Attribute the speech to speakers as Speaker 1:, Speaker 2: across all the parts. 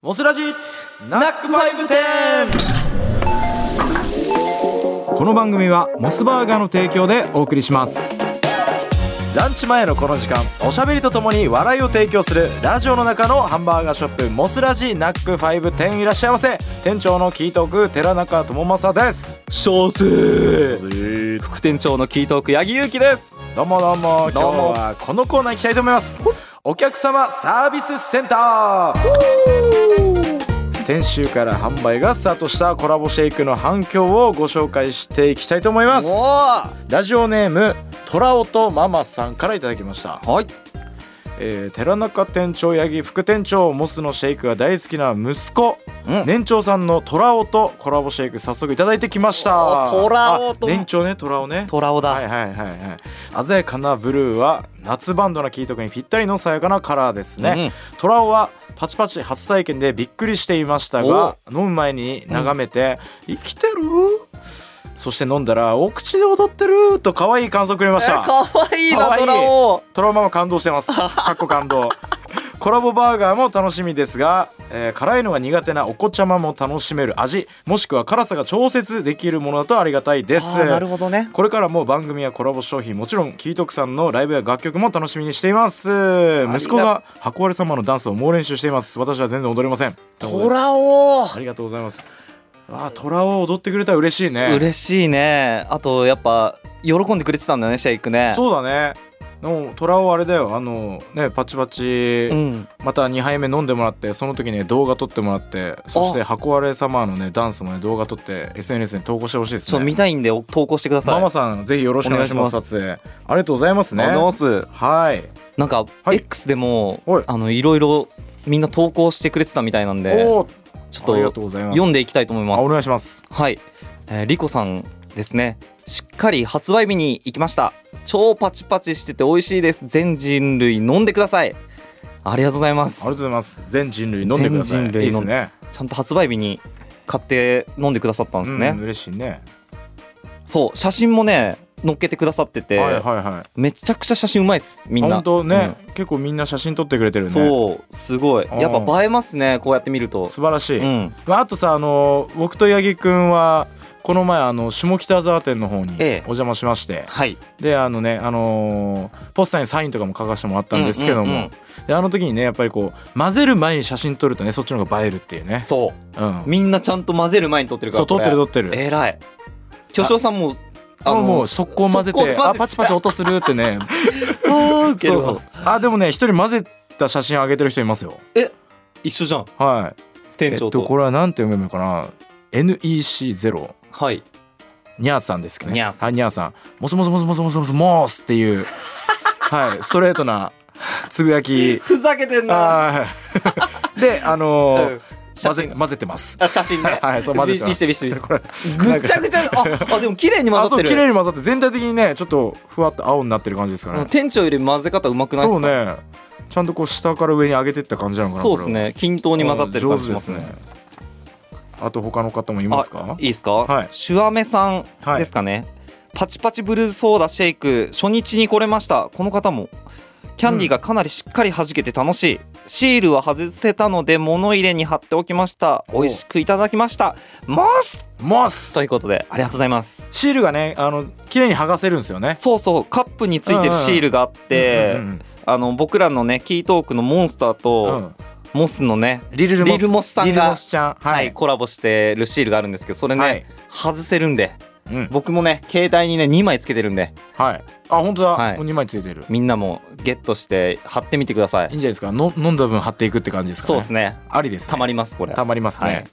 Speaker 1: モスラジナックファイブテン
Speaker 2: この番組はモスバーガーの提供でお送りします
Speaker 1: ランチ前のこの時間おしゃべりとともに笑いを提供するラジオの中のハンバーガーショップモスラジナックファイブテンいらっしゃいませ店長のキートーク寺中智政です
Speaker 3: 小生副店長のキートーク八木ゆうきです
Speaker 1: どうもどうも今日はこのコーナー行きたいと思いますお客様サービスセンター先週から販売がスタートしたコラボシェイクの反響をご紹介していきたいと思いますラジオネームトラオとママさんからいただきました
Speaker 3: はい、
Speaker 1: えー寺中店長八木副店長モスのシェイクが大好きな息子、
Speaker 3: うん
Speaker 1: 年長さんのトラオとコラボシェイク早速いただいてきました
Speaker 3: おトラオと
Speaker 1: あ年長ねトラオね
Speaker 3: トラオだ、
Speaker 1: はいはいはいはい鮮やかなブルーは夏バンドなキート君にぴったりの爽やかなカラーですね、トラオはパチパチ初体験でびっくりしていましたが飲む前に眺めて「生きてる?」そして飲んだら「お口で踊ってる?」と可愛い感想をくれました、
Speaker 3: わい
Speaker 1: かわいい
Speaker 3: オ
Speaker 1: トラウマも感動して ます。かっこ感動。コラボバーガーも楽しみですが、えー辛いのが苦手なお子ちゃまも楽しめる味もしくは辛さが調節できるものだとありがたいです
Speaker 3: あーなるほどね
Speaker 1: これからも番組やコラボ商品もちろんキートクさんのライブや楽曲も楽しみにしています
Speaker 3: が
Speaker 1: 息子が箱割れ様のダンスを猛練習しています私は全然踊れません
Speaker 3: トラオ
Speaker 1: ありがとうございますあートラを踊ってくれたら嬉しいね
Speaker 3: 嬉しいねあとやっぱ喜んでくれてたんだねシェイクね
Speaker 1: そうだねでもトラをあれだよあのねパチパチ、
Speaker 3: ん
Speaker 1: また2杯目飲んでもらってその時にね動画撮ってもらってそして箱割れ様のねダンスもね動画撮って SNS に投稿してほしいです
Speaker 3: そう
Speaker 1: ね
Speaker 3: 見たいんでお投稿してください
Speaker 1: ママさんぜひよろしくお願いします
Speaker 3: お願いしま
Speaker 1: 撮影ありがとうございますね
Speaker 3: ありがとうございます
Speaker 1: はい
Speaker 3: なんか、
Speaker 1: はい
Speaker 3: X でも
Speaker 1: はい
Speaker 3: あのいろいろみんな投稿してくれてたみたいなんで
Speaker 1: おー
Speaker 3: ちょっ
Speaker 1: あり
Speaker 3: と
Speaker 1: がとうございます
Speaker 3: 読んでいきたいと思いま
Speaker 1: あ
Speaker 3: す
Speaker 1: お願いします
Speaker 3: はい、えー、リコさんですねしっかり発売日に行きました超パチパチしてて美味しいです全人類飲んでくださいありがとうございま
Speaker 1: あり
Speaker 3: す
Speaker 1: がとうございます全人類飲んでください
Speaker 3: 全人類
Speaker 1: いいで
Speaker 3: 飲
Speaker 1: す
Speaker 3: ん
Speaker 1: ね
Speaker 3: ちゃんと発売日に買って飲んでくださったんですね、
Speaker 1: うん嬉しいね、
Speaker 3: そう写真もね載っけてくださってて、
Speaker 1: はいはいはい
Speaker 3: めちゃくちゃ写真うまいですみんな
Speaker 1: 本当ね、結構みんな写真撮ってくれて
Speaker 3: う
Speaker 1: る
Speaker 3: ん
Speaker 1: ね
Speaker 3: そうすごいやっぱ映えますねこうやって見ると
Speaker 1: 素晴らしい、
Speaker 3: うん
Speaker 1: まあ、あとさあの僕と八木くんはこの前あの下北沢店の方にお
Speaker 3: ええ
Speaker 1: 邪魔しまして、
Speaker 3: はい
Speaker 1: であのねあのーポスターにサインとかも書かせてもらったんですけども、
Speaker 3: うんうんうん
Speaker 1: であの時にねやっぱりこう混ぜる前に写真撮るとねそっちの方が映えるっていうね、
Speaker 3: そ
Speaker 1: うん
Speaker 3: う、みんなちゃんと混ぜる前に撮ってるから
Speaker 1: そう撮ってる撮ってる、
Speaker 3: えらい巨匠さんも
Speaker 1: あのもう速攻混ぜて
Speaker 3: 速攻
Speaker 1: あパチパチ音するって ね
Speaker 3: け
Speaker 1: そ
Speaker 3: る
Speaker 1: うそうあでもね一人混ぜた写真上げてる人いますよ
Speaker 3: 一緒じゃん
Speaker 1: はいえ
Speaker 3: 店
Speaker 1: っ
Speaker 3: 長
Speaker 1: と
Speaker 3: と、
Speaker 1: これはなんて読めるのかな NEC0
Speaker 3: はい
Speaker 1: ニャーさんですかね。
Speaker 3: ニャーさん
Speaker 1: はい、ニャーさん。モスモスモスモスモスモスモスって いう、はい、ストレートなつぶやき。
Speaker 3: ふざけてん
Speaker 1: あーで、あのー
Speaker 3: うん
Speaker 1: 混
Speaker 3: 写
Speaker 1: ぜ
Speaker 3: 真
Speaker 1: 混ぜてます。
Speaker 3: あ写真 ね
Speaker 1: はいそう混ぜてます
Speaker 3: びしてびしてびして
Speaker 1: これ
Speaker 3: ぐっちゃぐちゃにああでも綺麗に混
Speaker 1: あ、
Speaker 3: ざ
Speaker 1: そ
Speaker 3: っ
Speaker 1: う
Speaker 3: て
Speaker 1: 綺
Speaker 3: る
Speaker 1: 麗に混ざって全体的にね、ちょっとふわっと青になってる感じですか
Speaker 3: うん
Speaker 1: ね。
Speaker 3: 店長より混ぜ方うまくないで
Speaker 1: そう
Speaker 3: すか
Speaker 1: ね、ちゃんとこう下から上に上げてった感じなのかな。
Speaker 3: そうです
Speaker 1: こ
Speaker 3: ね均等
Speaker 1: れ
Speaker 3: に
Speaker 1: は。
Speaker 3: 混ざってる感じします
Speaker 1: あー上手で
Speaker 3: ね
Speaker 1: すね。あと他の方もいますか
Speaker 3: あ。いいですか、
Speaker 1: はい
Speaker 3: シュアメさん
Speaker 1: はい
Speaker 3: ですかね、パチパチブルーソーダシェイク初日に来れましたこの方もキャンディーがかなりしっかり弾けて楽しい、シールは外せたので物入れに貼っておきました美味しくいただきましたモス
Speaker 1: モス
Speaker 3: と。いうことでありがとうございます
Speaker 1: シールがね、あの綺麗に剥がせるんですよね。
Speaker 3: そうそうカップについてるシールがあっ
Speaker 1: うんう
Speaker 3: て、
Speaker 1: んうん
Speaker 3: あの僕らのねキートークのモンスター
Speaker 1: う
Speaker 3: と
Speaker 1: ん
Speaker 3: モスのね、
Speaker 1: リルルモス
Speaker 3: リルモスさんが
Speaker 1: リルモスちゃん
Speaker 3: はい
Speaker 1: はい、
Speaker 3: コラボしてるシールがあるんですけどそれね、
Speaker 1: はい
Speaker 3: 外せるんで
Speaker 1: うん
Speaker 3: 僕もね携帯にね2枚つけてるんで
Speaker 1: はいあ本当だ、
Speaker 3: はい
Speaker 1: もう2枚ついてる
Speaker 3: みんなもゲットして貼ってみてください
Speaker 1: いいんじゃないですかの飲んだ分貼っていくって感じですか
Speaker 3: そう
Speaker 1: ね
Speaker 3: ですね
Speaker 1: ありです、ね、
Speaker 3: たま
Speaker 1: り
Speaker 3: りますこれ
Speaker 1: たまりますね、
Speaker 3: はい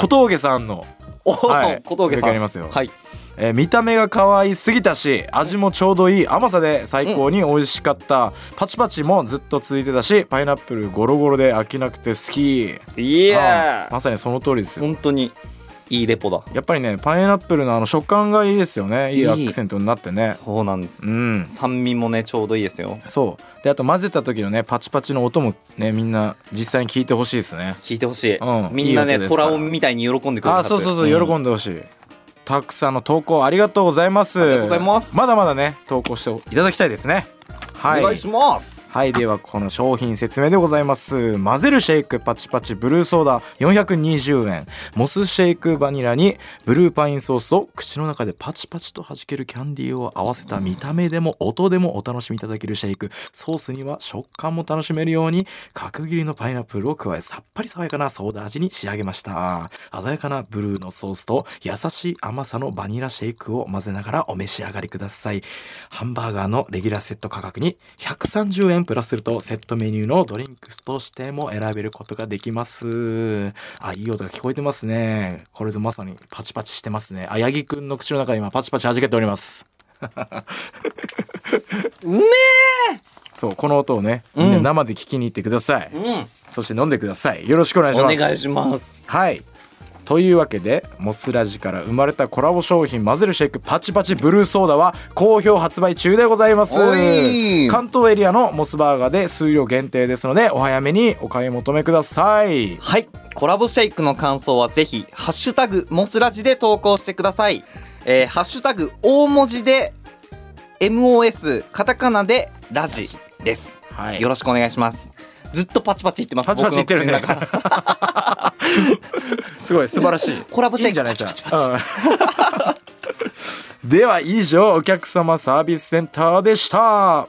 Speaker 1: 小峠さんの、
Speaker 3: おお、
Speaker 1: はい
Speaker 3: 小峠
Speaker 1: そ
Speaker 3: さ
Speaker 1: れあ
Speaker 3: ん
Speaker 1: りますよ
Speaker 3: はい
Speaker 1: えー見た目が可愛すぎたし味もちょうどいい甘さで最高に美味しかった、パチパチもずっと続いてたしパイナップルゴロゴロで飽きなくて好き
Speaker 3: い
Speaker 1: い
Speaker 3: や
Speaker 1: まさにその通りですよ
Speaker 3: 本当にいいレポだ
Speaker 1: やっぱりねパイナップルのあの食感がいいですよねい
Speaker 3: い
Speaker 1: い
Speaker 3: い
Speaker 1: アクセントになってね
Speaker 3: そうなんです、
Speaker 1: うん
Speaker 3: 酸味もねちょうどいいですよ
Speaker 1: そうであと混ぜた時のねパチパチの音もねみんな実際に聞いてほしいですね
Speaker 3: 聞いてほしい、
Speaker 1: うん
Speaker 3: みんない
Speaker 1: い音
Speaker 3: ね
Speaker 1: です
Speaker 3: ト
Speaker 1: から
Speaker 3: ラオみたいに喜んでくれる
Speaker 1: あ
Speaker 3: は
Speaker 1: ー
Speaker 3: ず
Speaker 1: そうそうそう、
Speaker 3: ん
Speaker 1: 喜んでほしいたくさんの投稿ありがとうございますあり
Speaker 3: がとうございます
Speaker 1: まだまだね投稿していただきたいですねはい
Speaker 3: お願いします
Speaker 1: ははいではこの商品説明でございます混ぜるシェイクパチパチブルーソーダ420円モスシェイクバニラにブルーパインソースと口の中でパチパチと弾けるキャンディーを合わせた見た目でも音でもお楽しみいただけるシェイクソースには食感も楽しめるように角切りのパイナップルを加えさっぱり爽やかなソーダ味に仕上げました鮮やかなブルーのソースと優しい甘さのバニラシェイクを混ぜながらお召し上がりくださいハンバーガーのレギュラーセット価格に130円プラスするとセットメニューのドリンクスとしても選べることができますあいい音が聞こえてますねこれぞまさにパチパチしてますねあやぎくんの口の中で今パチパチ弾けております
Speaker 3: うめ
Speaker 1: そうこの音をねみんな生で聞きに行ってください、
Speaker 3: え、うん、
Speaker 1: そして飲んでくださいよろしくお願いし
Speaker 3: お
Speaker 1: ます
Speaker 3: 願いします
Speaker 1: はいというわけでモスラジから生まれたコラボ商品混ぜるシェイクパチパチブルーソーダは好評発売中でございます
Speaker 3: おい
Speaker 1: 関東エリアのモスバーガーで数量限定ですのでお早めにお買い求めください
Speaker 3: はいコラボシェイクの感想はぜひ「ハッシュタグモスラジ」で投稿してくださいえーハッシュタグ大文字で MOS カタカナでラジです、
Speaker 1: はい
Speaker 3: よろしくお願いしますずっとパチパチ言ってます
Speaker 1: パチパチ言ってるね
Speaker 3: 僕の口の中
Speaker 1: すごい素晴らしい
Speaker 3: コラボシ
Speaker 1: い
Speaker 3: ェイク
Speaker 1: いんじゃないですか
Speaker 3: パチパチパチ
Speaker 1: うん では以上お客様サービスセンターでした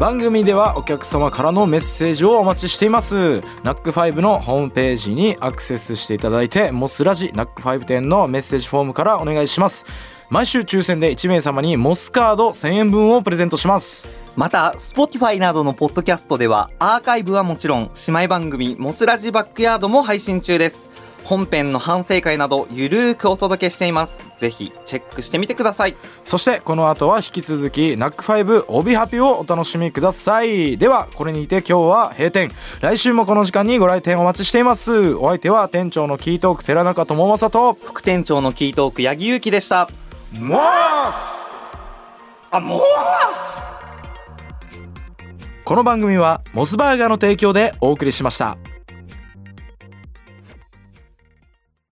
Speaker 1: 番組ではお客様からのメッセージをお待ちしていますナックファイブのホームページにアクセスしていただいてモスラジナックファイブ店のメッセージフォームからお願いします毎週抽選で1名様にモスカード1000円分をプレゼントします
Speaker 3: また Spotify などのポッドキャストではアーカイブはもちろん姉妹番組「モスラジバックヤード」も配信中です本編の反省会などゆるーくお届けしていますぜひチェックしてみてください
Speaker 1: そしてこの後は引き続きナックファイブ帯ハピをお楽しみくださいではこれにて今日は閉店来週もこの時間にご来店お待ちしていますお相手は店長のキートーク寺中智正と
Speaker 3: 副店長のキートーク八木ゆうきでした
Speaker 1: モース
Speaker 3: あもう
Speaker 1: この番組はモスバーガーの提供でお送りしました